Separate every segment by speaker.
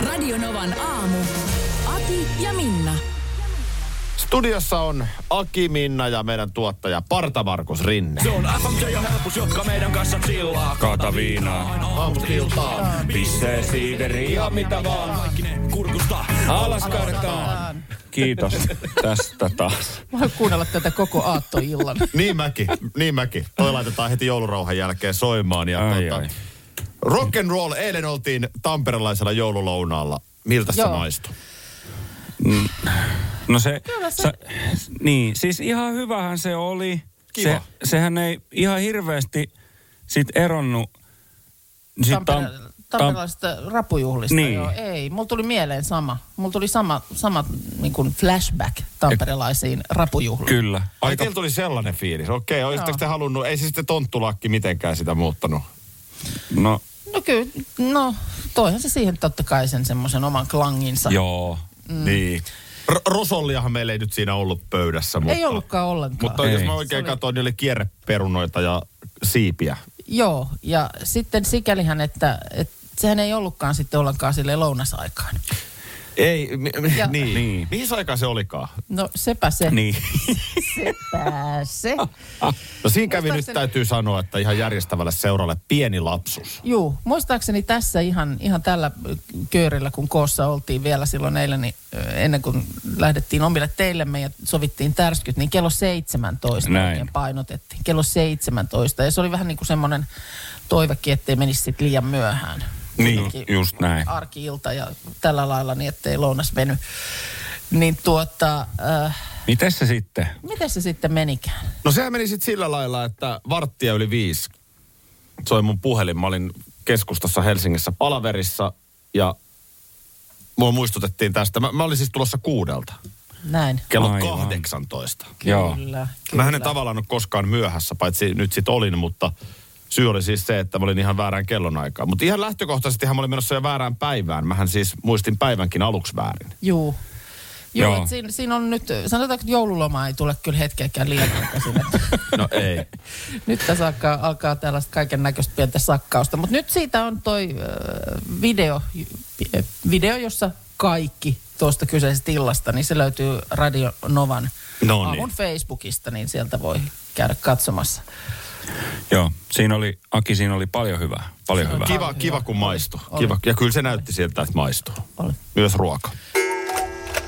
Speaker 1: Radionovan aamu. Ati ja Minna.
Speaker 2: Studiossa on Aki Minna ja meidän tuottaja Parta Markus Rinne.
Speaker 3: Se on FMJ ja helpus, jotka meidän kanssa chillaa.
Speaker 4: Kaata viinaa,
Speaker 2: Aamutiltaan.
Speaker 4: pissee siideriä, mitä vaan.
Speaker 3: Kaikki ne kurkusta.
Speaker 4: Alas kartaan. Kiitos tästä taas.
Speaker 5: Voin kuunnella tätä koko aattoillan.
Speaker 2: Niin mäkin, niin mäkin. Toi laitetaan heti joulurauhan jälkeen soimaan. Ja
Speaker 4: Ai,
Speaker 2: tota,
Speaker 4: ai.
Speaker 2: Rock and roll, eilen oltiin tamperelaisella joululounaalla. Miltä se
Speaker 5: Joo.
Speaker 2: maistui?
Speaker 4: No se, sä, niin, siis ihan hyvähän se oli.
Speaker 2: Kiva.
Speaker 4: Se, sehän ei ihan hirveästi sit eronnut. Sit
Speaker 5: Tampere- Tamperelaisesta rapujuhlista.
Speaker 4: Niin.
Speaker 5: Joo, ei, mulla tuli mieleen sama. Mulla tuli sama, sama niin kuin flashback tamperelaisiin rapujuhliin.
Speaker 4: kyllä.
Speaker 2: Ai, Aika... teillä tuli sellainen fiilis. Okei, olisitteko te halunnut, ei se sitten tonttulakki mitenkään sitä muuttanut.
Speaker 4: No,
Speaker 5: No kyllä, no toihan se siihen totta kai sen semmoisen oman klanginsa.
Speaker 4: joo.
Speaker 2: Mm. Niin. R- Rosolliahan meillä ei nyt siinä ollut pöydässä, mutta...
Speaker 5: Ei ollutkaan ollenkaan.
Speaker 2: Mutta
Speaker 4: Ei.
Speaker 2: jos mä oikein katsoin, niin oli kierreperunoita ja siipiä.
Speaker 5: Joo, ja sitten sikälihän, että, että sehän ei ollutkaan sitten ollenkaan sille lounasaikaan.
Speaker 2: Ei, mi- mi-
Speaker 5: Ja-
Speaker 2: niin. niin.
Speaker 4: Niin.
Speaker 2: Mihin se aikaan se olikaan?
Speaker 5: No sepä se.
Speaker 4: Niin.
Speaker 5: Sepä se.
Speaker 2: No siinä kävi nyt
Speaker 5: Muistaakseni-
Speaker 2: täytyy sanoa, että ihan järjestävälle seuralle pieni lapsus.
Speaker 5: Juu, muistaakseni tässä ihan, ihan tällä köyrillä, kun koossa oltiin vielä silloin eilen, niin ö, ennen kuin lähdettiin omille teillemme ja sovittiin tärskyt, niin kello 17
Speaker 4: Näin.
Speaker 5: oikein painotettiin. Kello 17. Ja se oli vähän niin kuin semmoinen toivekin, ettei menisi sit liian myöhään.
Speaker 4: Niin,
Speaker 5: Jotenkin
Speaker 4: just näin.
Speaker 5: Arki-ilta ja tällä lailla, niin ettei lounas veny. Niin tuota, äh,
Speaker 4: Miten se sitten?
Speaker 5: miten se sitten menikään?
Speaker 2: No sehän meni sitten sillä lailla, että varttia yli viisi soi mun puhelin. Mä olin keskustassa Helsingissä palaverissa ja mua muistutettiin tästä. Mä, mä olin siis tulossa kuudelta,
Speaker 5: Näin.
Speaker 2: kello Aivan.
Speaker 4: Aivan.
Speaker 2: 18.
Speaker 4: Joo.
Speaker 5: Kyllä, kyllä.
Speaker 2: Mä en tavallaan ole koskaan myöhässä, paitsi nyt sit olin, mutta syy oli siis se, että mä olin ihan väärään kellonaikaan. Mutta ihan lähtökohtaisesti mä olin menossa jo väärään päivään. Mähän siis muistin päivänkin aluksi väärin.
Speaker 5: Juu. Joo,
Speaker 4: Joo.
Speaker 5: Joo. Siinä, siinä, on nyt, sanotaanko, että joululoma ei tule kyllä hetkeäkään liian aikaisin. että
Speaker 2: No ei.
Speaker 5: nyt tässä alkaa, alkaa tällaista kaiken näköistä pientä sakkausta. Mutta nyt siitä on toi äh, video, äh, video, jossa kaikki tuosta kyseisestä illasta, niin se löytyy Radio Novan
Speaker 2: No niin.
Speaker 5: aamun Facebookista, niin sieltä voi käydä katsomassa.
Speaker 4: Joo, siinä oli, Aki, siinä oli paljon hyvää. Paljon hyvää.
Speaker 2: Kiva, kiva kun maistuu.
Speaker 5: Oli.
Speaker 2: Kiva. Ja kyllä se näytti siltä, että maistuu.
Speaker 5: Oli.
Speaker 2: Myös ruoka.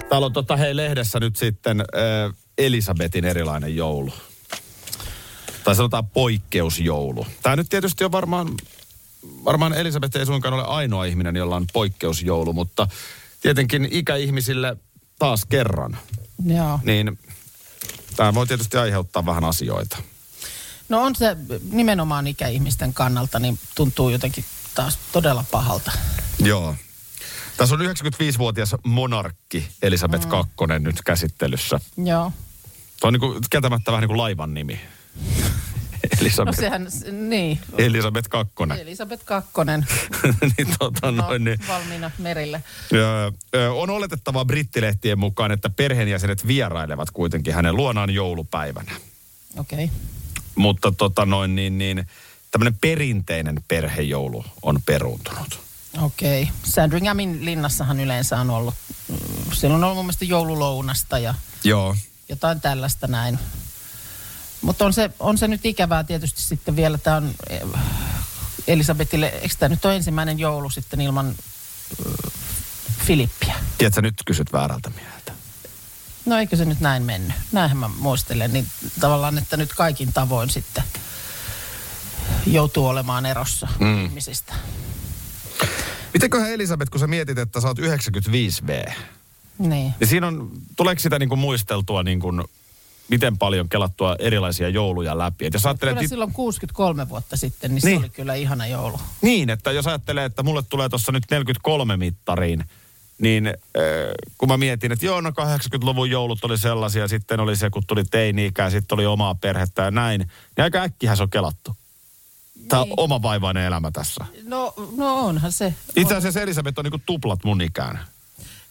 Speaker 2: Täällä on tota, hei lehdessä nyt sitten äh, Elisabetin erilainen joulu. Tai sanotaan poikkeusjoulu. Tämä nyt tietysti on varmaan, varmaan Elisabeth ei suinkaan ole ainoa ihminen, jolla on poikkeusjoulu, mutta tietenkin ikäihmisille taas kerran,
Speaker 5: Joo.
Speaker 2: niin tämä voi tietysti aiheuttaa vähän asioita.
Speaker 5: No on se nimenomaan ikäihmisten kannalta, niin tuntuu jotenkin taas todella pahalta.
Speaker 2: Joo. Tässä on 95-vuotias monarkki Elisabeth mm. II nyt käsittelyssä.
Speaker 5: Joo.
Speaker 2: Se on niinku, kieltämättä vähän niin kuin laivan nimi.
Speaker 5: No
Speaker 2: Elisabeth,
Speaker 5: sehän, s- niin,
Speaker 2: Elisabeth II.
Speaker 5: Elisabeth Kakkonen.
Speaker 2: niin, tota,
Speaker 5: No,
Speaker 2: noin, niin.
Speaker 5: Valmiina merille.
Speaker 2: Öö, öö, on oletettava brittilehtien mukaan, että perheenjäsenet vierailevat kuitenkin hänen luonaan joulupäivänä.
Speaker 5: Okei. Okay.
Speaker 2: Mutta tota noin, niin, niin tämmöinen perinteinen perhejoulu on peruuntunut.
Speaker 5: Okei. Okay. Sandringhamin linnassahan yleensä on ollut, mm, siellä on ollut mun mielestä joululounasta ja
Speaker 2: Joo.
Speaker 5: jotain tällaista näin. Mutta on se, on se nyt ikävää tietysti sitten vielä, tämä on eh, Elisabetille, eikö tämä nyt ole ensimmäinen joulu sitten ilman mm, Filippiä?
Speaker 2: Tiedätkö, nyt kysyt väärältä mieltä.
Speaker 5: No eikö se nyt näin mennyt? Näinhän mä muistelen, niin tavallaan, että nyt kaikin tavoin sitten joutuu olemaan erossa mm. ihmisistä.
Speaker 2: Mitenköhän Elisabeth, kun sä mietit, että sä oot 95V,
Speaker 5: Niin.
Speaker 2: niin siinä on, tuleeko sitä niin kuin muisteltua niin kuin, miten paljon kelattua erilaisia jouluja läpi? Et jos ajattelee,
Speaker 5: Kyllä
Speaker 2: että,
Speaker 5: silloin 63 vuotta sitten, niin,
Speaker 2: Niin.
Speaker 5: se oli kyllä ihana joulu.
Speaker 2: niin, että jos ajattelee, että mulle tulee tuossa nyt 43 mittariin, niin äh, kun mä mietin, että joo, no 80-luvun joulut oli sellaisia, sitten oli se, kun tuli teini-ikää, sitten oli omaa perhettä ja näin, niin aika äkkihän se on kelattu. Tämä on
Speaker 5: Niin.
Speaker 2: oma vaivainen elämä tässä.
Speaker 5: No, no onhan se.
Speaker 2: Itse asiassa Elisabeth on niinku tuplat mun ikään.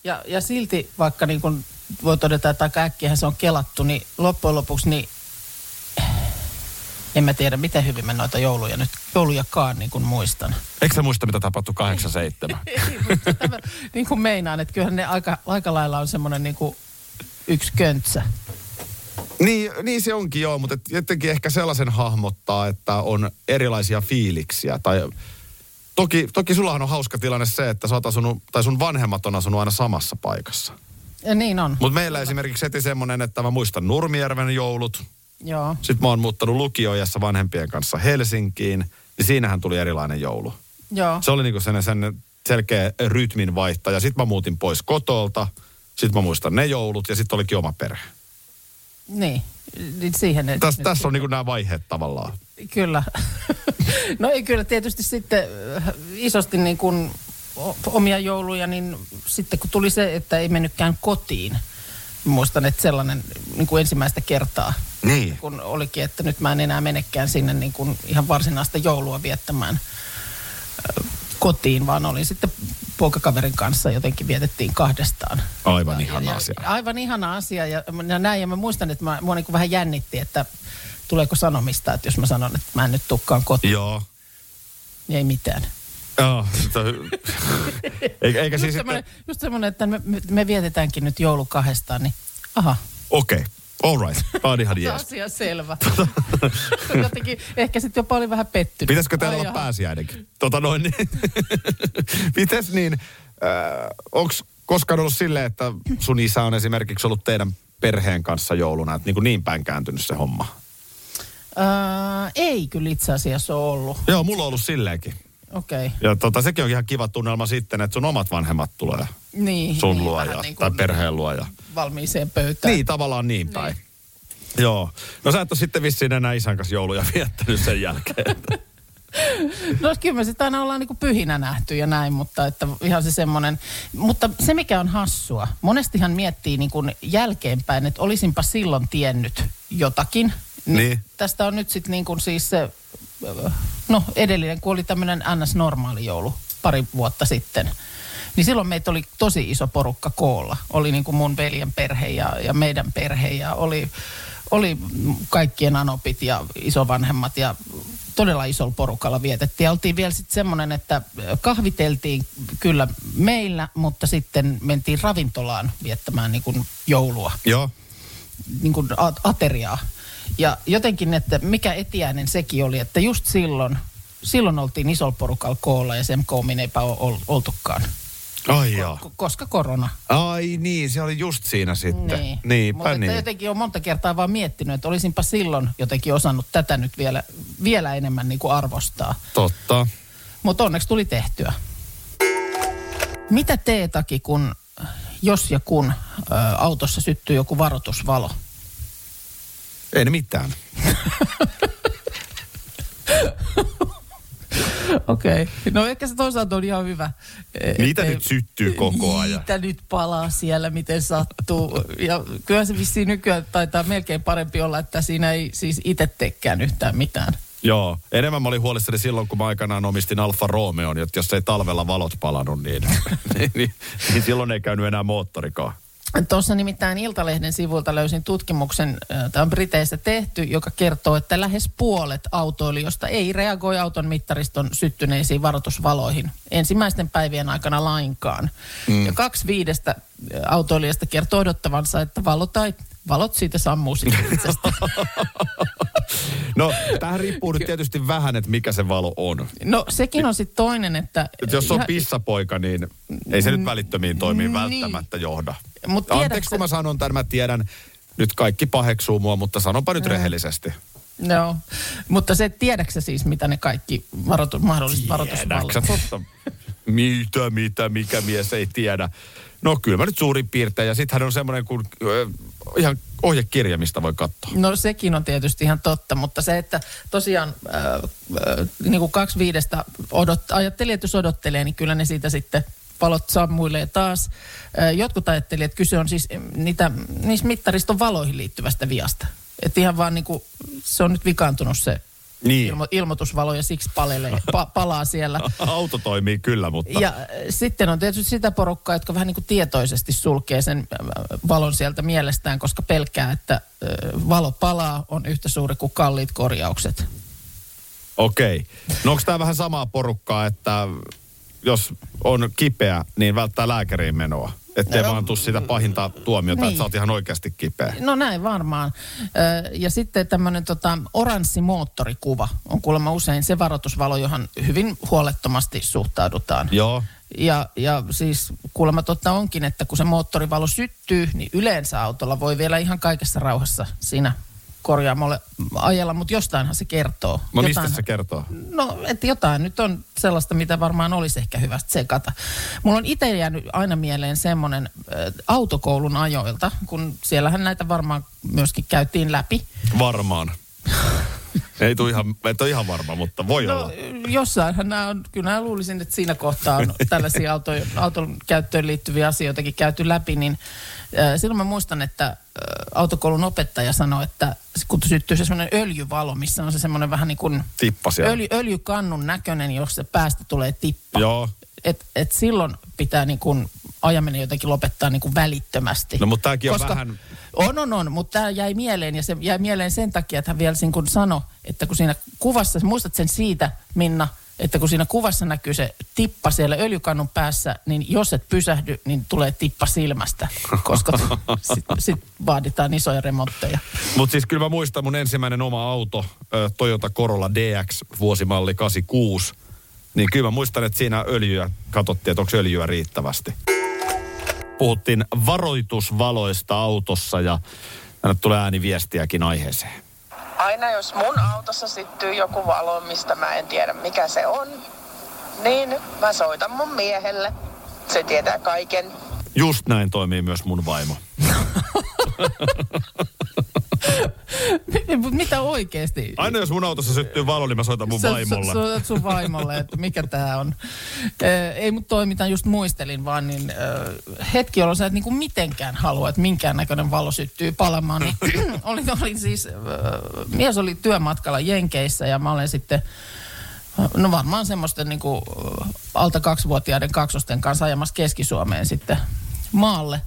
Speaker 5: Ja, ja silti, vaikka niin kuin voi todeta, että aika äkkiähän se on kelattu, niin loppujen lopuksi niin en mä tiedä, miten hyvin mä noita jouluja nyt, joulujakaan niin kuin muistan.
Speaker 2: Eikö sä muista, mitä tapahtui 87?
Speaker 5: Ei, mutta tämä- niin kuin meinaan, että kyllähän ne aika, aika lailla on semmoinen niin kuin yksi köntsä.
Speaker 2: Niin, niin se onkin joo, mutta et jotenkin ehkä sellaisen hahmottaa, että on erilaisia fiiliksiä. Tai, toki, toki sullahan on hauska tilanne se, että sä oot asunut, tai sun vanhemmat on asunut aina samassa paikassa.
Speaker 5: Ja niin on,
Speaker 2: Mutta meillä esimerkiksi heti semmoinen, että mä muistan Nurmijärven joulut.
Speaker 5: joo.
Speaker 2: Sitten mä oon muuttanut lukioijassa vanhempien kanssa Helsinkiin. Niin siinähän tuli erilainen joulu.
Speaker 5: Joo.
Speaker 2: Se oli niinku sen, sen selkeä rytmin vaihtaja. Sitten mä muutin pois kotolta. Sitten mä muistan ne joulut ja sitten olikin oma perhe.
Speaker 5: Niin, niin siihen ne
Speaker 2: Tässä
Speaker 5: nyt-
Speaker 2: täs on niinku nämä vaiheet tavallaan.
Speaker 5: Kyllä. no ei kyllä tietysti sitten äh, isosti niin kuin o- omia jouluja, niin sitten kun tuli se, että ei mennytkään kotiin. Muistan, että sellainen niin kuin ensimmäistä kertaa,
Speaker 2: Niin.
Speaker 5: kun olikin, että nyt mä en enää menekään sinne niin kuin ihan varsinaista joulua viettämään äh, kotiin, vaan olin sitten poikakaverin kanssa jotenkin vietettiin kahdestaan.
Speaker 2: Aivan
Speaker 5: Ja-
Speaker 2: ihana
Speaker 5: ja-
Speaker 2: asia.
Speaker 5: Aivan ihana asia ja, ja näin. Ja mä muistan, että mä, mua niin kuin vähän jännitti, että tuleeko sanomista, että jos mä sanon, että mä en nyt tukkaan kotiin,
Speaker 2: Joo.
Speaker 5: niin ei mitään.
Speaker 2: Joo. sitä- Eikä, eikä
Speaker 5: Just
Speaker 2: siis...
Speaker 5: semmoinen,
Speaker 2: sitten-
Speaker 5: just semmoinen, että me, me- me vietetäänkin nyt joulu kahdestaan, niin aha,
Speaker 2: Okei. Okay. All right. Tämä on ihan
Speaker 5: yes.
Speaker 2: jees.
Speaker 5: asia selvä. Jotenkin ehkä sitten jopa oli vähän pettynyt.
Speaker 2: Pitäisikö
Speaker 5: Ai
Speaker 2: teillä olla
Speaker 5: jaha.
Speaker 2: pääsiäinenkin? Tota noin. niin. Mites niin, äh, onks koskaan ollut silleen, että sun isä on esimerkiksi ollut teidän perheen kanssa jouluna, että niin, kuin niin päin kääntynyt se homma?
Speaker 5: Öö, ei kyllä itse asiassa ole ollut.
Speaker 2: Joo, mulla on ollut silleenkin.
Speaker 5: Okei. Okay.
Speaker 2: Ja tota, sekin on ihan kiva tunnelma sitten, että sun omat vanhemmat tulee
Speaker 5: Niin.
Speaker 2: sun
Speaker 5: niin,
Speaker 2: luo
Speaker 5: vähän
Speaker 2: ja,
Speaker 5: niin
Speaker 2: tai
Speaker 5: kuin
Speaker 2: perheen luo. Ja.
Speaker 5: Valmiiseen pöytään.
Speaker 2: Niin, tavallaan niin päin. Joo. No sä et ole sitten vissiin enää isän kanssa jouluja viettänyt sen jälkeen.
Speaker 5: No kyllä me sitä aina ollaan niin kuin pyhinä nähty ja näin, mutta että ihan se semmoinen. Mutta se mikä on hassua, monestihan miettii niin kuin jälkeenpäin, että olisinpa silloin tiennyt jotakin.
Speaker 2: Niin.
Speaker 5: Tästä on nyt sitten niin kuin siis se, öö, no edellinen, kun oli tämmöinen NS-normaali joulu pari vuotta sitten. Niin silloin meitä oli tosi iso porukka koolla. Oli niin kuin mun veljen perhe ja, ja meidän perhe ja oli, oli kaikkien anopit ja isovanhemmat ja todella isolla porukalla vietettiin. Ja oltiin vielä sitten semmoinen, että kahviteltiin kyllä meillä, mutta sitten mentiin ravintolaan viettämään niin kuin joulua
Speaker 2: Joo.
Speaker 5: niin kuin a- ateriaa. Ja jotenkin, että mikä etiäinen sekin oli, että just silloin, silloin oltiin isolla porukalla koolla ja sen koomin eipä ole ol, oltukaan,
Speaker 2: Ai joo.
Speaker 5: Ko- koska korona.
Speaker 2: Ai niin, se oli just siinä sitten. Niin. Niinpä
Speaker 5: Mutta
Speaker 2: niin.
Speaker 5: että jotenkin on monta kertaa vaan miettinyt, että olisinpa silloin jotenkin osannut tätä nyt vielä, vielä enemmän niin kuin arvostaa.
Speaker 2: Totta.
Speaker 5: Mutta onneksi tuli tehtyä. Mitä teetaki, kun jos ja kun ö, autossa syttyy joku varoitusvalo?
Speaker 2: Ei ne mitään.
Speaker 5: Okei. Okay. No ehkä se toisaalta on ihan hyvä. E-
Speaker 2: Niitä
Speaker 5: ettei-
Speaker 2: nyt syttyy koko ajan.
Speaker 5: Niitä nyt palaa siellä, miten sattuu. Ja kyllä se vissiin nykyään taitaa melkein parempi olla, että siinä ei siis itse teekään yhtään mitään.
Speaker 2: Joo. Enemmän mä olin huolissani silloin, kun mä aikanaan omistin Alfa Romeon, että jos ei talvella valot palanut, niin, niin, niin, niin silloin ei käynyt enää moottorikaan.
Speaker 5: Tuossa nimittäin Iltalehden sivuilta löysin tutkimuksen, äh, tämä on Briteissä tehty, joka kertoo, että lähes puolet autoilijoista ei reagoi auton mittariston syttyneisiin varoitusvaloihin ensimmäisten päivien aikana lainkaan. Mm. Ja kaksi viidestä äh, autoilijasta kertoo odottavansa, että valo tai valot siitä sammuu sitten itsestä.
Speaker 2: No, tähän riippuu nyt tietysti vähän, että mikä se valo on.
Speaker 5: No sekin on sitten toinen, että...
Speaker 2: Et jos on
Speaker 5: ihan-
Speaker 2: pissapoika, niin ei se nyt välittömiin toimiin
Speaker 5: Niin.
Speaker 2: välttämättä johda.
Speaker 5: Mut
Speaker 2: Anteeksi,
Speaker 5: tiedätkö-
Speaker 2: kun mä sanon tämän, mä tiedän, nyt kaikki paheksuu mua, mutta sanonpa nyt rehellisesti.
Speaker 5: No, mutta se, et tiedäksä siis, mitä ne kaikki varoitu, mahdolliset varoitusvalot...
Speaker 2: Tiedäksä totta? Mitä, mitä, mikä mies ei tiedä. No kyllä mä nyt suurin piirtein. Ja sitten hän on semmoinen kuin ö, ihan ohjekirja, mistä voi katsoa.
Speaker 5: No sekin on tietysti ihan totta, mutta se, että tosiaan äh, äh, niin kuin kaksi viidestä odot, ajatteli, että jos odottelee, niin kyllä ne siitä sitten valot sammuilee taas. Äh, jotkut ajatteli, että kyse on siis mm, niitä, niissä mittariston valoihin liittyvästä viasta. Että ihan vaan niin kuin, se on nyt vikaantunut se
Speaker 2: Niin.
Speaker 5: ilmo, ilmoitusvalo ja siksi palelee, pa, palaa siellä.
Speaker 2: Auto toimii kyllä, mutta...
Speaker 5: Ja äh, sitten on tietysti sitä porukkaa, jotka vähän niin kuin tietoisesti sulkee sen äh, valon sieltä mielestään, koska pelkää, että äh, valo palaa on yhtä suuri kuin kalliit korjaukset.
Speaker 2: Okei. No onko tämä vähän samaa porukkaa, että jos on kipeä, niin välttää lääkäriin menoa. Ettei
Speaker 5: No,
Speaker 2: no, vaan tule sitä pahinta tuomiota, niin.
Speaker 5: niin.
Speaker 2: että sä oot ihan oikeasti kipeä.
Speaker 5: No näin varmaan. Ö, Ja sitten tämmöinen tota, oranssi moottorikuva on kuulemma usein se varoitusvalo, johon hyvin huolettomasti suhtaudutaan.
Speaker 2: Joo.
Speaker 5: Ja, ja siis kuulemma totta onkin, että kun se moottorivalo syttyy, niin yleensä autolla voi vielä ihan kaikessa rauhassa siinä korjaamolle ajella, mutta jostainhan se kertoo.
Speaker 2: No mistä
Speaker 5: Jotain-
Speaker 2: se kertoo?
Speaker 5: No, että jotain nyt on sellaista, mitä varmaan olisi ehkä hyvä sekata. Mulla on itse jäänyt aina mieleen semmoinen äh, autokoulun ajoilta, kun siellähän näitä varmaan myöskin käytiin läpi.
Speaker 2: Varmaan. Ei tule ihan, et ole ihan varma, mutta voi
Speaker 5: No,
Speaker 2: olla.
Speaker 5: jossainhan nämä on, kyllä mä luulisin, että siinä kohtaa on tällaisia auto, auton käyttöön liittyviä asioitakin käyty läpi, niin äh, silloin mä muistan, että äh, autokoulun opettaja sanoi, että kun syttyy se semmoinen öljyvalo, missä on se semmoinen vähän niin kuin
Speaker 2: Tippa siellä.
Speaker 5: öljy, öljykannun näköinen, jos se päästä tulee tippa.
Speaker 2: Joo.
Speaker 5: et, et silloin pitää niin kun ajaminen jotenkin lopettaa niin kun välittömästi.
Speaker 2: No, mutta tääkin on vähän-
Speaker 5: On, on, on, mutta tämä jäi mieleen ja se jäi mieleen sen takia, että hän vielä niin kun sanoi, että kun siinä kuvassa, muistat sen siitä Minna, että kun siinä kuvassa näkyy se tippa siellä öljykannun päässä, niin jos et pysähdy, niin tulee tippa silmästä, koska sitten sit vaaditaan isoja remontteja.
Speaker 2: Mutta siis kyllä mä muistan mun ensimmäinen oma auto, ö, Toyota Corolla DX, vuosimalli 86. Niin kyllä mä muistan, että siinä öljyä katsottiin, että onko öljyä riittävästi. Puhuttiin varoitusvaloista autossa ja tänne tulee ääniviestiäkin aiheeseen.
Speaker 6: aina jos mun autossa syttyy joku valo, mistä mä en tiedä mikä se on, niin mä soitan mun miehelle. Se tietää kaiken.
Speaker 2: Just näin toimii myös mun vaimo.
Speaker 5: Mut Mitä oikeasti?
Speaker 2: Aina jos mun autossa syttyy valo, niin mä soitan mun
Speaker 5: Sä-
Speaker 2: vaimolle.
Speaker 5: Sä, sä, sun vaimolle, että mikä tää on. Ö, ei mut toi, mitä just muistelin, vaan niin ö, hetki, jolloin sä et niinku mitenkään halua, että minkäännäköinen valo syttyy palamaan. Niin olin, olin siis, ö, mies oli työmatkalla Jenkeissä ja mä olen sitten No varmaan semmoisten niin kuin, alta kaksivuotiaiden kaksosten kanssa ajamassa Keski-Suomeen sitten maalle.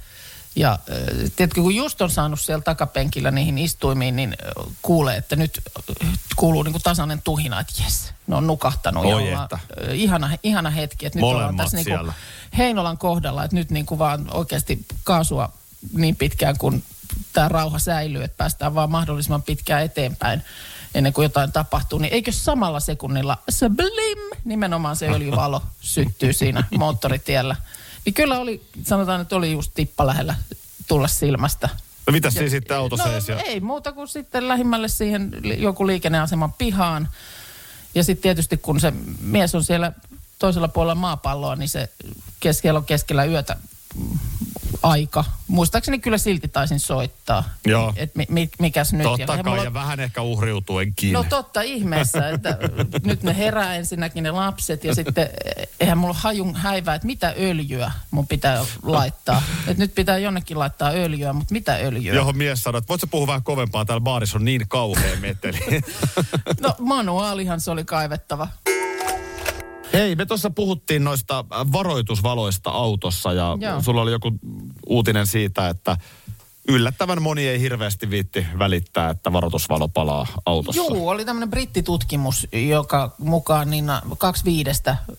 Speaker 5: Ja äh, tiedätkö, kun just on saanut siellä takapenkillä niihin istuimiin, niin äh, kuulee, että nyt äh, kuuluu niin kuin tasainen tuhina, että jes, ne on nukahtanut.
Speaker 2: Oi
Speaker 5: ollaan,
Speaker 2: että.
Speaker 5: äh, ihana, ihana hetki, että nyt ollaan
Speaker 2: Molemmat
Speaker 5: tässä niin kuin
Speaker 2: siellä.
Speaker 5: Heinolan kohdalla, että nyt niin kuin vaan oikeasti kaasua niin pitkään kuin tämä rauha säilyy, että päästään vaan mahdollisimman pitkään eteenpäin ennen kuin jotain tapahtuu, niin eikö samalla sekunnilla se blim, nimenomaan se öljyvalo syttyy siinä moottoritiellä. Niin kyllä oli, sanotaan, että oli just tippa lähellä tulla silmästä.
Speaker 2: No mitäs siinä sitten auto seis ja...
Speaker 5: no, ei muuta kuin sitten lähimmälle siihen li- joku liikenneaseman pihaan. Ja sitten tietysti kun se mies on siellä toisella puolella maapalloa, niin se keskellä on keskellä yötä mm, aika. Muistaakseni kyllä silti taisin soittaa,
Speaker 2: Joo.
Speaker 5: että mi, mi, mikäs nyt.
Speaker 2: Totta
Speaker 5: ja
Speaker 2: kai,
Speaker 5: mulla-
Speaker 2: ja vähän ehkä uhriutuenkin.
Speaker 5: No totta ihmeessä, että nyt ne herää ensinnäkin ne lapset ja sitten eihän mulla ole hajun häivää, että mitä öljyä mun pitää laittaa. Että nyt pitää jonnekin laittaa öljyä, mutta mitä öljyä?
Speaker 2: Johon mies sanoi, että voit sä puhua vähän kovempaa, täällä baarissa on niin kauhea meteli.
Speaker 5: No manuaalihan se oli kaivettava.
Speaker 2: Hei, me tuossa puhuttiin noista äh, varoitusvaloista autossa ja Joo.
Speaker 5: Joo.
Speaker 2: sulla oli joku uutinen siitä, että yllättävän moni ei hirveästi viitti välittää, että varoitusvalo palaa autossa.
Speaker 5: Juu, oli tämmöinen brittitutkimus, joka mukaan niin na- kaksi viidestä ö,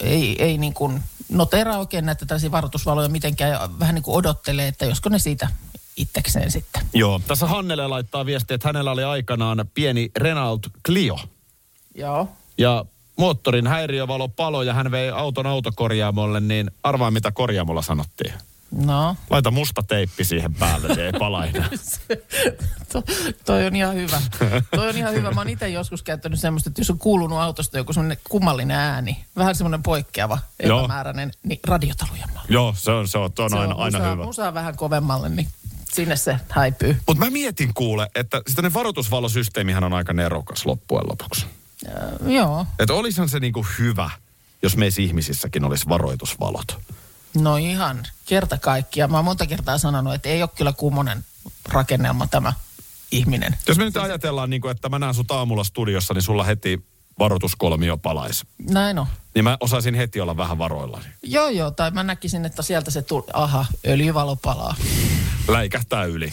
Speaker 5: ei, ei niin kuin noteraa oikein näitä tällaisia varoitusvaloja mitenkään ja vähän niin kuin odottelee, että josko ne siitä itsekseen sitten.
Speaker 2: Joo, tässä Hannele laittaa viestiä, että hänellä oli aikanaan pieni Renault Clio
Speaker 5: Joo.
Speaker 2: ja moottorin häiriövalo palo ja hän vei auton autokorjaamolle, niin arvaa mitä korjaamolla sanottiin.
Speaker 5: No.
Speaker 2: Laita musta teippi siihen päälle, niin ei pala enää.
Speaker 5: To, toi on ihan hyvä. Toi on ihan hyvä. Mä oon itse joskus käyttänyt semmoista, että jos on kuulunut autosta joku semmoinen kummallinen ääni, vähän semmoinen poikkeava,
Speaker 2: Joo.
Speaker 5: epämääräinen, niin radiotaluja mä
Speaker 2: Joo, se on, se on, se on aina, aina
Speaker 5: musaa,
Speaker 2: hyvä.
Speaker 5: Musaa vähän kovemmalle, niin sinne se häipyy.
Speaker 2: Mutta mä mietin kuule, että sitä ne varoitusvalosysteemihän on aika nerokas loppujen lopuksi.
Speaker 5: Ö, Äh, joo,
Speaker 2: Että olisihan se niinku hyvä, jos meissä ihmisissäkin olisi varoitusvalot.
Speaker 5: no ihan kerta kaikkiaan. Mä oon monta kertaa sanonut, että ei ole kyllä kummonen rakennelma tämä ihminen.
Speaker 2: Jos me nyt ajatellaan, niinku, että mä näen sut aamulla studiossa, niin sulla heti varoituskolmio palaisi.
Speaker 5: Näin on.
Speaker 2: Niin mä osaisin heti olla vähän varoillani.
Speaker 5: Joo, joo, tai mä näkisin, että sieltä se tuli, aha, öljyvalo palaa.
Speaker 2: Läikähtää yli.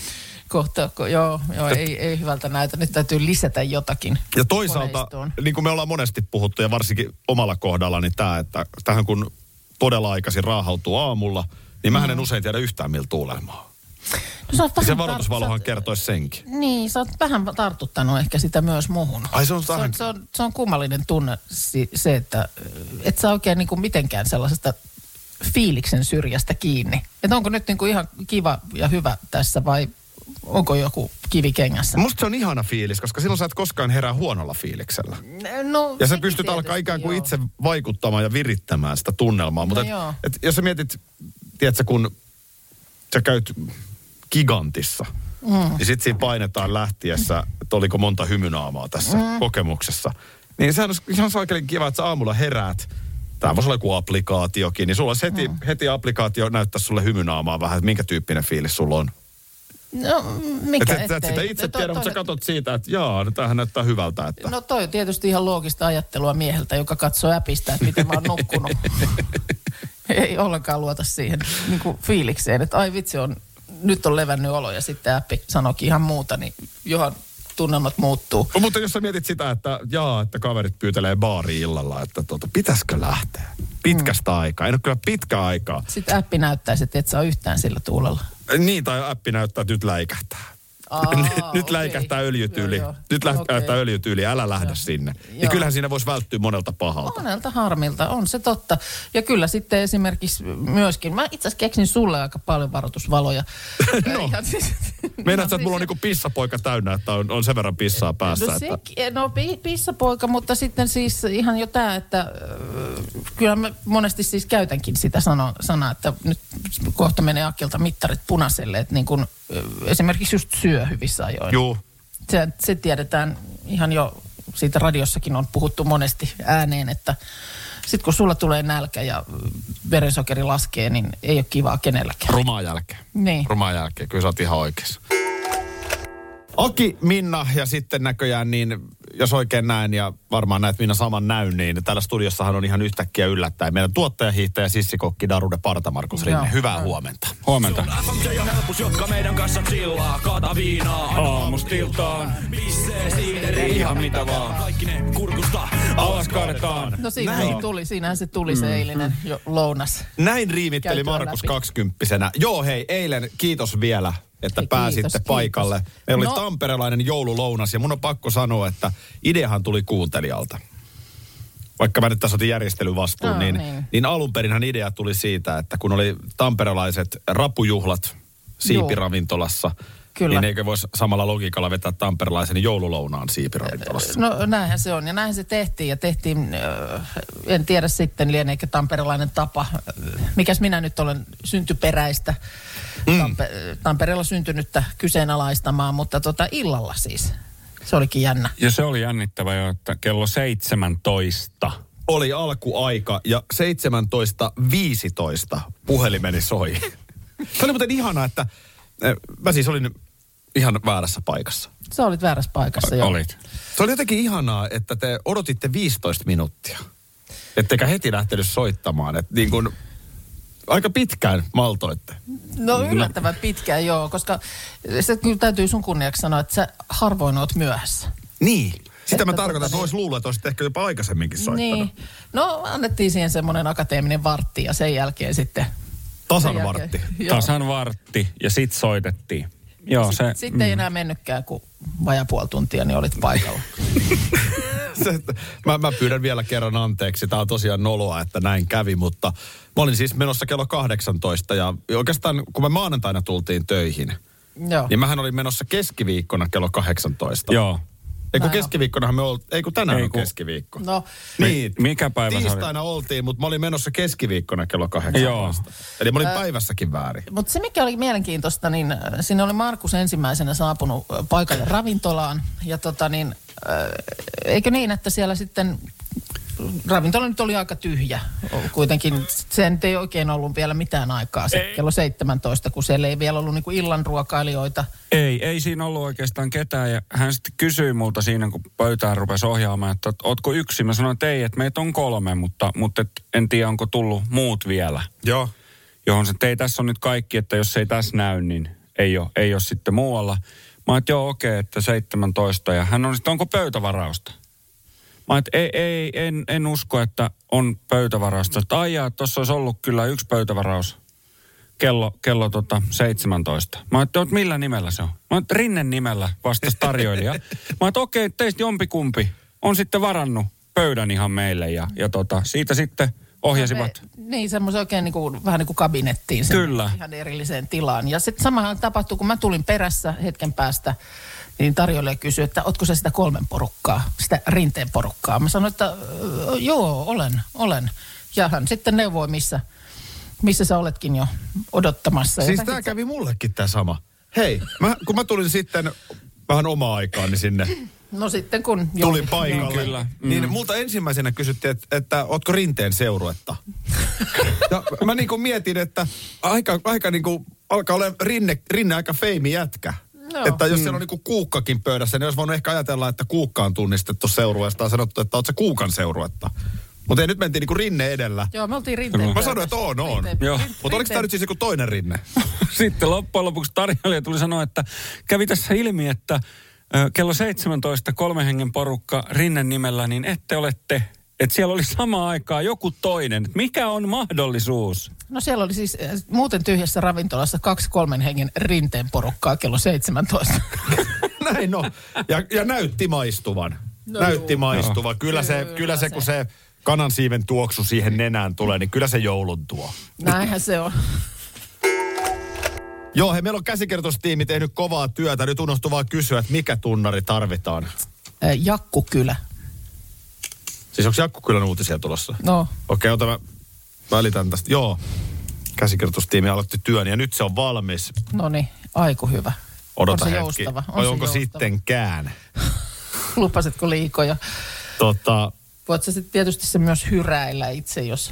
Speaker 5: Kohta, ko, joo, joo ei, ei hyvältä näytä. Nyt täytyy lisätä jotakin.
Speaker 2: Ja toisaalta, niinku
Speaker 5: koneistoon.
Speaker 2: niin kuin me ollaan monesti puhuttu ja varsinkin omalla kohdalla, niin tämä, että tähän kun todella aikaisin raahautuu aamulla, niin mä en usein tiedä yhtään miltä tuulemaa.
Speaker 5: No, sä oot
Speaker 2: Ja
Speaker 5: vähän
Speaker 2: se
Speaker 5: tar-
Speaker 2: varoitusvalohan
Speaker 5: sä-
Speaker 2: kertoisi senkin.
Speaker 5: Niin, sä oot vähän tartuttanut ehkä sitä myös muuhun.
Speaker 2: Ai se on
Speaker 5: se, on,
Speaker 2: vähän-
Speaker 5: se, on, se on kummallinen tunne si- se, että ö, et sä oikein niinku mitenkään sellaisesta fiiliksen syrjästä kiinni. Että onko nyt niinku ihan kiva ja hyvä tässä vai onko joku kivi kengässä?
Speaker 2: Musta se on ihana fiilis, koska silloin sä et koskaan herää huonolla fiiliksellä.
Speaker 5: No,
Speaker 2: Ja sä
Speaker 5: sekin
Speaker 2: pystyt alkaa
Speaker 5: tietysti,
Speaker 2: ikään kuin
Speaker 5: joo.
Speaker 2: itse vaikuttamaan ja virittämään sitä tunnelmaa. Mutta
Speaker 5: joo.
Speaker 2: no et, et, jos sä mietit, tiedätkö, kun sä käyt gigantissa, mm. niin sit siinä painetaan lähtiessä, että oliko monta hymynaamaa tässä mm. kokemuksessa. Niin sehän olisi ihan saakelin kiva, että sä aamulla heräät. Tämä voisi olla joku applikaatiokin, niin sulla olisi heti, mm. heti applikaatio näyttää sulle hymynaamaa vähän, että minkä tyyppinen fiilis sulla on.
Speaker 5: No, mikä
Speaker 2: et, et, et
Speaker 5: ettei. No,
Speaker 2: sitä itse
Speaker 5: To-
Speaker 2: tiedä, mutta sä
Speaker 5: toiset-
Speaker 2: katot siitä, että jaa, no tämähän näyttää hyvältä. Että.
Speaker 5: No toi on tietysti ihan loogista ajattelua mieheltä, joka katsoo äpistä, että miten mä oon nukkunut. Ei ollenkaan luota siihen niin kuin fiilikseen, että ai vitsi on, nyt on levännyt olo ja sitten äppi sanoikin ihan muuta, niin johan tunnelmat muuttuu.
Speaker 2: No, mutta jos sä mietit sitä, että jaa, että kaverit pyytelee baari illalla, että tota, pitäisikö lähteä? Pitkästä
Speaker 5: Mm.
Speaker 2: aikaa. En ole kyllä pitkä aikaa.
Speaker 5: Sitten äppi näyttäisi, että et saa yhtään sillä tuulella.
Speaker 2: Niin, tai appi näyttää, että nyt läikähtää.
Speaker 5: Aa,
Speaker 2: nyt
Speaker 5: okei.
Speaker 2: läikähtää öljytyyli.
Speaker 5: Joo, joo.
Speaker 2: Nyt läht-
Speaker 5: Okei.
Speaker 2: läikähtää öljytyyli, älä lähde sinne.
Speaker 5: Joo.
Speaker 2: Niin kyllähän siinä voisi välttyä monelta pahalta.
Speaker 5: Monelta harmilta, on se totta. Ja kyllä sitten esimerkiksi myöskin, mä itse asiassa keksin sulle aika paljon varoitusvaloja.
Speaker 2: No.
Speaker 5: Ihan siis-
Speaker 2: Meinaat, sä, että
Speaker 5: siis-
Speaker 2: mulla on niinku pissapoika täynnä, että on, on sen verran pissaa päässä.
Speaker 5: No,
Speaker 2: että...
Speaker 5: se, no pi- pissapoika, mutta sitten siis ihan jo tämä, että äh, kyllä mä monesti siis käytänkin sitä sano, sanaa, että nyt kohta menee Akilta mittarit punaiselle, että niin kun, äh, esimerkiksi just syö hyvissä ajoin.
Speaker 2: Juu.
Speaker 5: Se, se tiedetään ihan jo, siitä radiossakin on puhuttu monesti ääneen, että sitten kun sulla tulee nälkä ja äh, verensokeri laskee, niin ei ole kivaa kenelläkään.
Speaker 2: Rumaan jälkeen.
Speaker 5: Niin.
Speaker 2: Rumaan jälkeen, kyllä sä oot ihan oikeassa. Aki, Minna ja sitten näköjään niin, jos oikein näen ja varmaan näet Minna saman näyn, niin täällä studiossahan on ihan yhtäkkiä yllättäen meidän tuottaja, hiihtäjä, sissikokki Darude Parta Markus Rinne.
Speaker 5: Joo.
Speaker 2: Hyvää huomenta.
Speaker 4: Huomenta.
Speaker 3: FMJ ja helpus, jotka meidän kanssa chillaa. Kaata viinaa aamustiltaan. Pissee siideri, ihan mitä vaan. Kaikki ne kurkusta alas kaadetaan.
Speaker 5: No siinähän se tuli, siinähän se tuli se eilinen jo lounas.
Speaker 2: Näin riimitteli
Speaker 5: Käytyä
Speaker 2: Markus
Speaker 5: läpi.
Speaker 2: kaksikymppisenä. Joo hei, eilen kiitos vielä, että
Speaker 5: Hei,
Speaker 2: pääsitte
Speaker 5: kiitos,
Speaker 2: paikalle.
Speaker 5: kiitos.
Speaker 2: Meillä
Speaker 5: No.
Speaker 2: oli tamperelainen joululounas ja mun on pakko sanoa, että ideahan tuli kuuntelijalta. Vaikka mä nyt tässä otin järjestelyvastuun,
Speaker 5: No,
Speaker 2: niin,
Speaker 5: niin.
Speaker 2: niin. niin alun perinhän idea tuli siitä, että kun oli tamperelaiset rapujuhlat siipiravintolassa,
Speaker 5: Kyllä.
Speaker 2: niin eikö voisi samalla logiikalla vetää tamperelaisen joululounaan siipiravintolassa?
Speaker 5: No näinhän se on ja näinhän se tehtiin ja tehtiin, öö, en tiedä sitten lieneekö tamperelainen tapa, öö, mikäs minä nyt olen syntyperäistä Tampe- Tampereella syntynyttä kyseenalaistamaan, mutta tota illalla siis. Se olikin jännä.
Speaker 4: Ja se oli jännittävä jo, että kello 17.
Speaker 2: Oli alkuaika ja 17.15 puhelimeni soi. Se oli muuten ihana, että eh, mä siis olin ihan väärässä paikassa.
Speaker 5: Sä olit väärässä paikassa jo.
Speaker 4: Olit.
Speaker 2: Se oli jotenkin ihanaa, että te odotitte 15 minuuttia. Ettekä heti lähtenyt soittamaan. Et niin kun, aika pitkään maltoitte.
Speaker 5: No yllättävän pitkään joo, koska se kyllä täytyy sun kunniaksi sanoa, että sä harvoin oot myöhässä.
Speaker 2: Niin. Sitä mä
Speaker 5: Että
Speaker 2: tarkoitan,
Speaker 5: tota
Speaker 2: että voisi luulla, että olisitte ehkä jopa aikaisemminkin soittanut.
Speaker 5: Niin. No annettiin siihen semmoinen akateeminen vartti ja sen jälkeen sitten... sen
Speaker 2: Tasan
Speaker 5: jälkeen-
Speaker 2: vartti.
Speaker 5: Joo.
Speaker 4: Tasan vartti ja sit soitettiin. Joo, se... mm.
Speaker 5: Sitten ei enää mennytkään, kun vajaa puoli tuntia, niin olit paikalla.
Speaker 2: se, mä, mä pyydän vielä kerran anteeksi. Tämä on tosiaan noloa, että näin kävi, mutta mä olin siis menossa kello 18 ja oikeastaan kun me maanantaina tultiin töihin,
Speaker 5: Joo.
Speaker 2: niin mähän olin menossa keskiviikkona kello 18.
Speaker 4: Joo.
Speaker 2: Ei kun
Speaker 5: Näin on.
Speaker 2: keskiviikkonahan me oltiin, ei kun tänään
Speaker 4: Ei
Speaker 2: on
Speaker 4: kun-
Speaker 2: keskiviikko.
Speaker 5: No,
Speaker 2: Niin,
Speaker 4: Mi- mikä päivä se oli?
Speaker 2: Tiistaina oltiin, mutta mä olin menossa keskiviikkona kello 18. Joo. Eli mä olin päivässäkin väärin.
Speaker 5: mutta se mikä oli mielenkiintoista, niin äh, sinne oli Markus ensimmäisenä saapunut äh, paikalle ravintolaan. Ja tota niin, äh, eikö niin, että siellä sitten ravintola nyt oli aika tyhjä O- kuitenkin. Se nyt ei oikein ollut vielä mitään aikaa se kello 17, kun siellä ei vielä ollut niinku illanruokailijoita.
Speaker 4: Ei, ei siinä ollut oikeastaan ketään ja hän sitten kysyi multa siinä, kun pöytään rupesi ohjaamaan, että ootko yksi? Mä sanoin, että ei, että meitä on kolme, mutta, mutta et, en tiedä, onko tullut muut vielä.
Speaker 2: Joo.
Speaker 4: Johon se, että ei tässä on nyt kaikki, että jos ei tässä näy, niin ei ole, ei ole sitten muualla. Mä oon, että joo, okei, että 17 ja hän on sitten, onko pöytävarausta? Mä Mä et, ei, ei, en, en usko, että on pöytävarausta. Että Aijaa, tuossa olisi ollut kyllä yksi pöytävaraus kello, kello tota 17. Mä ajattelin, että millä nimellä se on? Mä oon, Rinnen nimellä vastasi tarjoilija. Mä oon, että okei, teistä jompikumpi on sitten varannut pöydän ihan meille ja, ja tota, siitä sitten ohjasivat.
Speaker 5: Ne- Niin, semmoisen oikein niin kuin, vähän niin kuin kabinettiin. sinne,
Speaker 4: Kyllä.
Speaker 5: Ihan erilliseen tilaan. Ja sitten samahan tapahtui, kun mä tulin perässä hetken päästä, niin tarjoilija kysyi, että ootko sä sitä kolmen porukkaa, sitä rinteen porukkaa. Mä sanoin, että "Ö, joo, olen, olen. Ja hän sitten neuvoi, missä, missä sä oletkin jo odottamassa. Ja
Speaker 2: Siis
Speaker 5: sä
Speaker 2: tämä
Speaker 5: sit-
Speaker 2: kävi mullekin tämä sama. Hei, mä, kun mä tulin sitten vähän omaa aikaani sinne,
Speaker 5: No sitten kun... joo.
Speaker 2: tulin paikalle.
Speaker 4: Niin, kyllä. Mm.
Speaker 2: Niin multa ensimmäisenä kysyttiin, että, että ootko rinteen seuruetta? ja mä niinku mietin, että aika, aika niinku alkaa olla rinne, rinne aika feimi jätkä.
Speaker 5: Joo.
Speaker 2: Että jos
Speaker 4: Mm.
Speaker 2: siellä on niinku kuukkakin pöydässä, niin olisi voinut ehkä ajatella, että kuukka on tunnistettu seurueesta ja sanottu, että oot sä kuukan seuruetta. Mutta ei, nyt mentiin niinku rinne edellä.
Speaker 5: Joo, me oltiin rinteen
Speaker 2: Mä sanoin, että on, on.
Speaker 4: Joo.
Speaker 2: Mutta oliko tämä nyt siis joku toinen rinne?
Speaker 4: Sitten loppujen lopuksi tarjoilija tuli sanoa, että kävi tässä ilmi, että ö, kello 17 kolmen hengen porukka Rinnen nimellä, niin ette ole te. Että siellä oli samaan aikaan joku toinen. Et Mikä on mahdollisuus?
Speaker 5: No siellä oli siis äh, muuten tyhjässä ravintolassa kaksi kolmen hengen rinteen porukkaa kello 17.
Speaker 2: Näin on. Ja, ja näytti maistuvan. No, näytti juu. maistuva. Kyllä, se,
Speaker 5: Kyllä
Speaker 2: kyllä se, kun
Speaker 5: se.
Speaker 2: se kanansiiven tuoksu siihen nenään tulee, niin kyllä se joulun tuo.
Speaker 5: Näinhän se on.
Speaker 2: Joo, hei, meillä on käsikirjoitustiimi tehnyt kovaa työtä. Nyt unohtuu vaan kysyä, että mikä tunnari tarvitaan.
Speaker 5: Äh, Jakkukylä.
Speaker 2: Siis onko Jakkukylän uutisia tulossa?
Speaker 5: No,
Speaker 2: Okei, ota mä välitän tästä. Joo, käsikirjoitustiimi aloitti työn ja nyt se on valmis.
Speaker 5: no niin, aiku hyvä.
Speaker 2: Odota
Speaker 5: on se
Speaker 2: hetki.
Speaker 5: joustava.
Speaker 2: Vai
Speaker 5: se
Speaker 2: onko
Speaker 5: joustava.
Speaker 2: sittenkään?
Speaker 5: Lupasitko liikoja?
Speaker 2: Tota,
Speaker 5: Voit sä sitten tietysti se myös hyräillä itse, jos...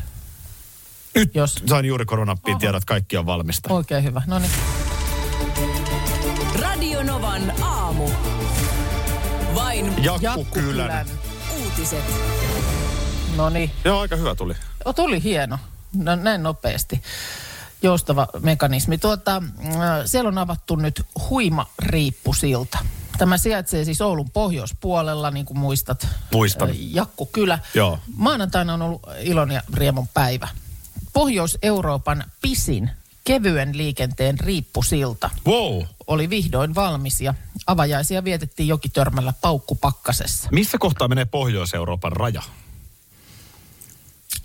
Speaker 2: Nyt.
Speaker 5: Jos.
Speaker 2: sain juuri koronappiin tiedot, että kaikki on valmista.
Speaker 5: Oikein hyvä. No niin.
Speaker 1: Radio Novan aamu. Vain
Speaker 2: Jakkukylän.
Speaker 1: uutiset.
Speaker 5: No niin.
Speaker 2: Joo, aika hyvä tuli.
Speaker 5: O, tuli hieno. No, näin nopeasti. Joustava mekanismi. Tuota, mm, siellä on avattu nyt huima riippusilta. Tämä sijaitsee siis Oulun pohjoispuolella, niin kuin muistat.
Speaker 2: Muistan.
Speaker 5: Ö, Jakkukylä.
Speaker 2: Joo.
Speaker 5: Maanantaina on ollut ilon ja riemun päivä. Pohjois-Euroopan pisin kevyen liikenteen riippusilta
Speaker 2: Wow.
Speaker 5: oli vihdoin valmis ja avajaisia vietettiin jokitörmällä paukkupakkasessa.
Speaker 2: Missä kohtaa menee Pohjois-Euroopan raja?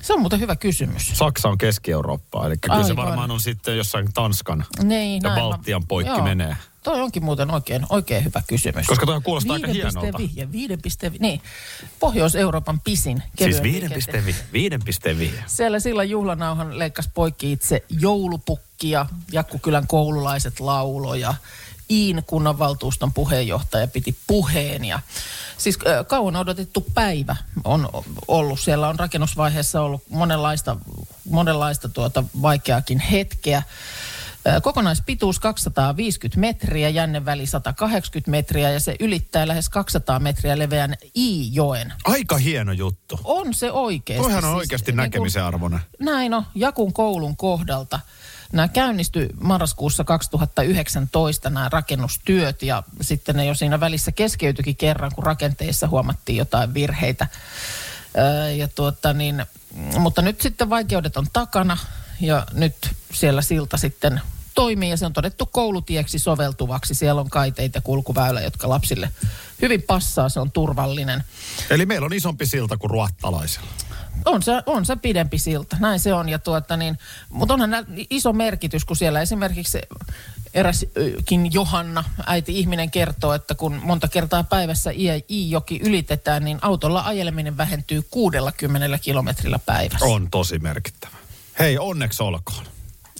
Speaker 5: Se on muuten hyvä kysymys.
Speaker 2: Saksa on Keski-Eurooppaa, eli kyllä se
Speaker 5: Aivan.
Speaker 2: varmaan on sitten jossain Tanskan
Speaker 5: Niin,
Speaker 2: ja
Speaker 5: näin mä-
Speaker 2: Baltian poikki
Speaker 5: Joo.
Speaker 2: menee.
Speaker 5: Toi onkin muuten oikein, oikein hyvä kysymys.
Speaker 2: Koska toihan kuulostaa aika
Speaker 5: 5,5
Speaker 2: hienolta.
Speaker 5: ja 5,5, niin. Pohjois-Euroopan pisin
Speaker 2: Siis
Speaker 5: kevyen liikenteen.
Speaker 2: 5,5.
Speaker 5: Siellä silloin juhlanauhan leikkasi poikki itse joulupukkia, Jakkukylän koululaiset lauloja, Iin kunnanvaltuuston puheenjohtaja piti puheen. Ja, siis ö, kauan odotettu päivä on ollut. Siellä on rakennusvaiheessa ollut monenlaista, monenlaista tuota vaikeakin hetkeä. Ö, Kokonaispituus 250 metriä, jänneväli 180 metriä ja se ylittää lähes 200 metriä leveän Iijoen.
Speaker 2: Aika hieno juttu.
Speaker 5: On se oikeasti.
Speaker 2: Toihan on
Speaker 5: siis
Speaker 2: oikeasti
Speaker 5: niin kuin-
Speaker 2: näkemisen arvona.
Speaker 5: näin on, Jakun koulun kohdalta. Nämä käynnistyi marraskuussa 2019 nämä rakennustyöt ja sitten ne jo siinä välissä keskeytyikin kerran, kun rakenteissa huomattiin jotain virheitä. Öö, Ja tuota niin, mutta nyt sitten vaikeudet on takana ja nyt siellä silta sitten toimii ja se on todettu koulutieksi soveltuvaksi. Siellä on kaiteita kulkuväylä, jotka lapsille hyvin passaa, se on turvallinen.
Speaker 2: Eli meillä on isompi silta kuin ruottalaisilla.
Speaker 5: On se, on se pidempi silta, näin se on. Ja tuota niin, mutta onhan nä- iso merkitys, kun siellä esimerkiksi eräskin Johanna, äiti ihminen kertoo, että kun monta kertaa päivässä I- I-joki ylitetään, niin autolla ajeleminen vähentyy 60 kilometrillä päivässä.
Speaker 2: On tosi merkittävä. Hei, onneksi olkoon.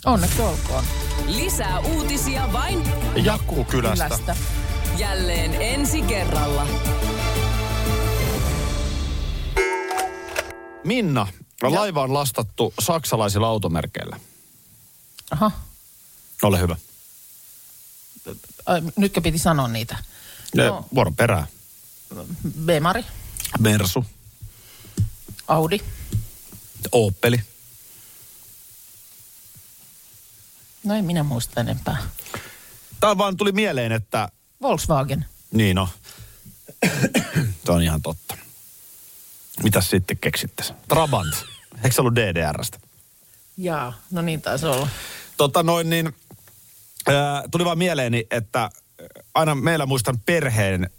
Speaker 5: Onneksi olkoon.
Speaker 1: Lisää uutisia vain
Speaker 2: Jakkukylästä.
Speaker 5: Kylästä.
Speaker 1: jälleen ensi kerralla.
Speaker 2: Minna, laiva on lastattu saksalaisilla automerkeillä.
Speaker 5: Aha,
Speaker 2: Ole hyvä.
Speaker 5: Ai, nytkö piti sanoa niitä?
Speaker 2: No. Vuoron perään.
Speaker 5: Bemari,
Speaker 2: Mersu.
Speaker 5: Audi,
Speaker 2: Opeli.
Speaker 5: no ei minä muista enempää.
Speaker 2: Tämä vaan tuli mieleen, että
Speaker 5: Volkswagen,
Speaker 2: Niin no. Se on ihan totta. Mitäs sitten keksitte? Trabant. Eikö se ollut DDRstä?
Speaker 5: Jaa, no niin taisi olla.
Speaker 2: Tota noin niin, ää, tuli vaan mieleeni, että aina meillä muistan perheen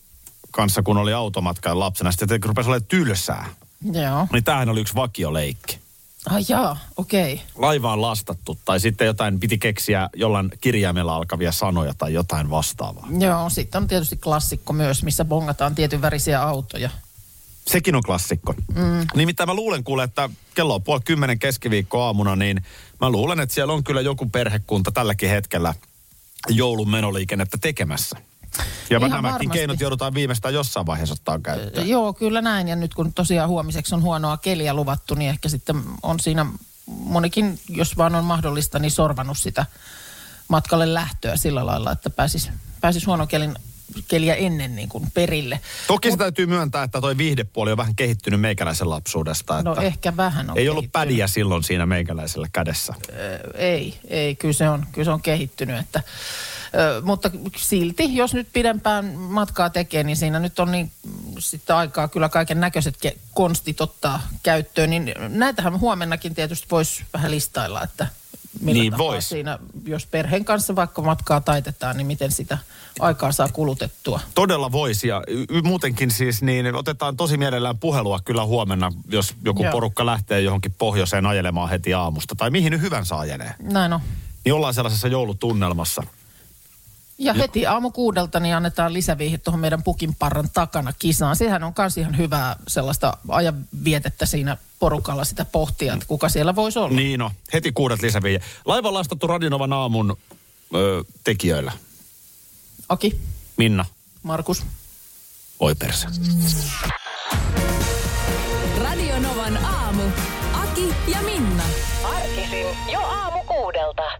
Speaker 2: kanssa, kun oli automatkan lapsena, sitten kun rupesi olemaan tylsää,
Speaker 5: Joo.
Speaker 2: niin tämähän oli yksi vakioleikki.
Speaker 5: Ai jaa, okei. Okay.
Speaker 2: Laivaan lastattu tai sitten jotain piti keksiä jollain kirjaimella alkavia sanoja tai jotain vastaavaa.
Speaker 5: Joo, sitten on tietysti klassikko myös, missä bongataan tietyn värisiä autoja.
Speaker 2: Sekin on klassikko. Mm. Nimittäin mä luulen kuule, että kello on puoli kymmenen keskiviikko aamuna, niin mä luulen, että siellä on kyllä joku perhekunta tälläkin hetkellä joulun menoliikennettä tekemässä. Ja
Speaker 5: Ihan
Speaker 2: nämäkin
Speaker 5: varmasti.
Speaker 2: keinot joudutaan viimeistään jossain vaiheessa ottaa käyttöön.
Speaker 5: Joo, kyllä näin. Ja nyt kun tosiaan huomiseksi on huonoa keliä luvattu, niin ehkä sitten on siinä monikin, jos vaan on mahdollista, niin sorvannut sitä matkalle lähtöä sillä lailla, että pääsisi, pääsis huonon kelin, keliä ennen niin kuin perille.
Speaker 2: Toki se täytyy myöntää, että toi viihdepuoli on vähän kehittynyt meikäläisen lapsuudesta.
Speaker 5: No
Speaker 2: että
Speaker 5: ehkä vähän on
Speaker 2: Ei ollut
Speaker 5: kehittynyt.
Speaker 2: pädiä silloin siinä meikäläisellä kädessä.
Speaker 5: ei, ei, kyllä se on, kyllä se on kehittynyt. Että, ö, mutta silti, jos nyt pidempään matkaa tekee, niin siinä nyt on niin, mm, sitten aikaa kyllä kaiken näköiset ke- konstit ottaa käyttöön. Niin näitähän huomennakin tietysti voisi vähän listailla, että millä
Speaker 2: Niin
Speaker 5: tapaa
Speaker 2: vois.
Speaker 5: siinä, jos perheen kanssa vaikka matkaa taitetaan, niin miten sitä aikaa saa kulutettua.
Speaker 2: Todella voisi ja y- y- muutenkin siis niin otetaan tosi mielellään puhelua kyllä huomenna, jos joku
Speaker 5: Joo.
Speaker 2: Joo. porukka lähtee johonkin pohjoiseen ajelemaan heti aamusta tai mihin nyt hyvänsä ajelee.
Speaker 5: Näin on.
Speaker 2: Niin ollaan sellaisessa joulutunnelmassa.
Speaker 5: Ja heti aamu kuudelta niin annetaan lisäviihe tuohon meidän pukinparran takana kisaan. Sehän on myös ihan hyvää sellaista ajanvietettä siinä porukalla sitä pohtia, että kuka siellä voisi olla.
Speaker 2: Niin no, heti kuudet lisäviä. Laiva on lastattu Radinovan aamun ö, tekijöillä.
Speaker 5: Aki,
Speaker 2: Minna,
Speaker 5: Markus.
Speaker 2: oi persä.
Speaker 1: Radio Novan aamu. Aki ja Minna.
Speaker 7: Arkisin jo aamu kuudelta.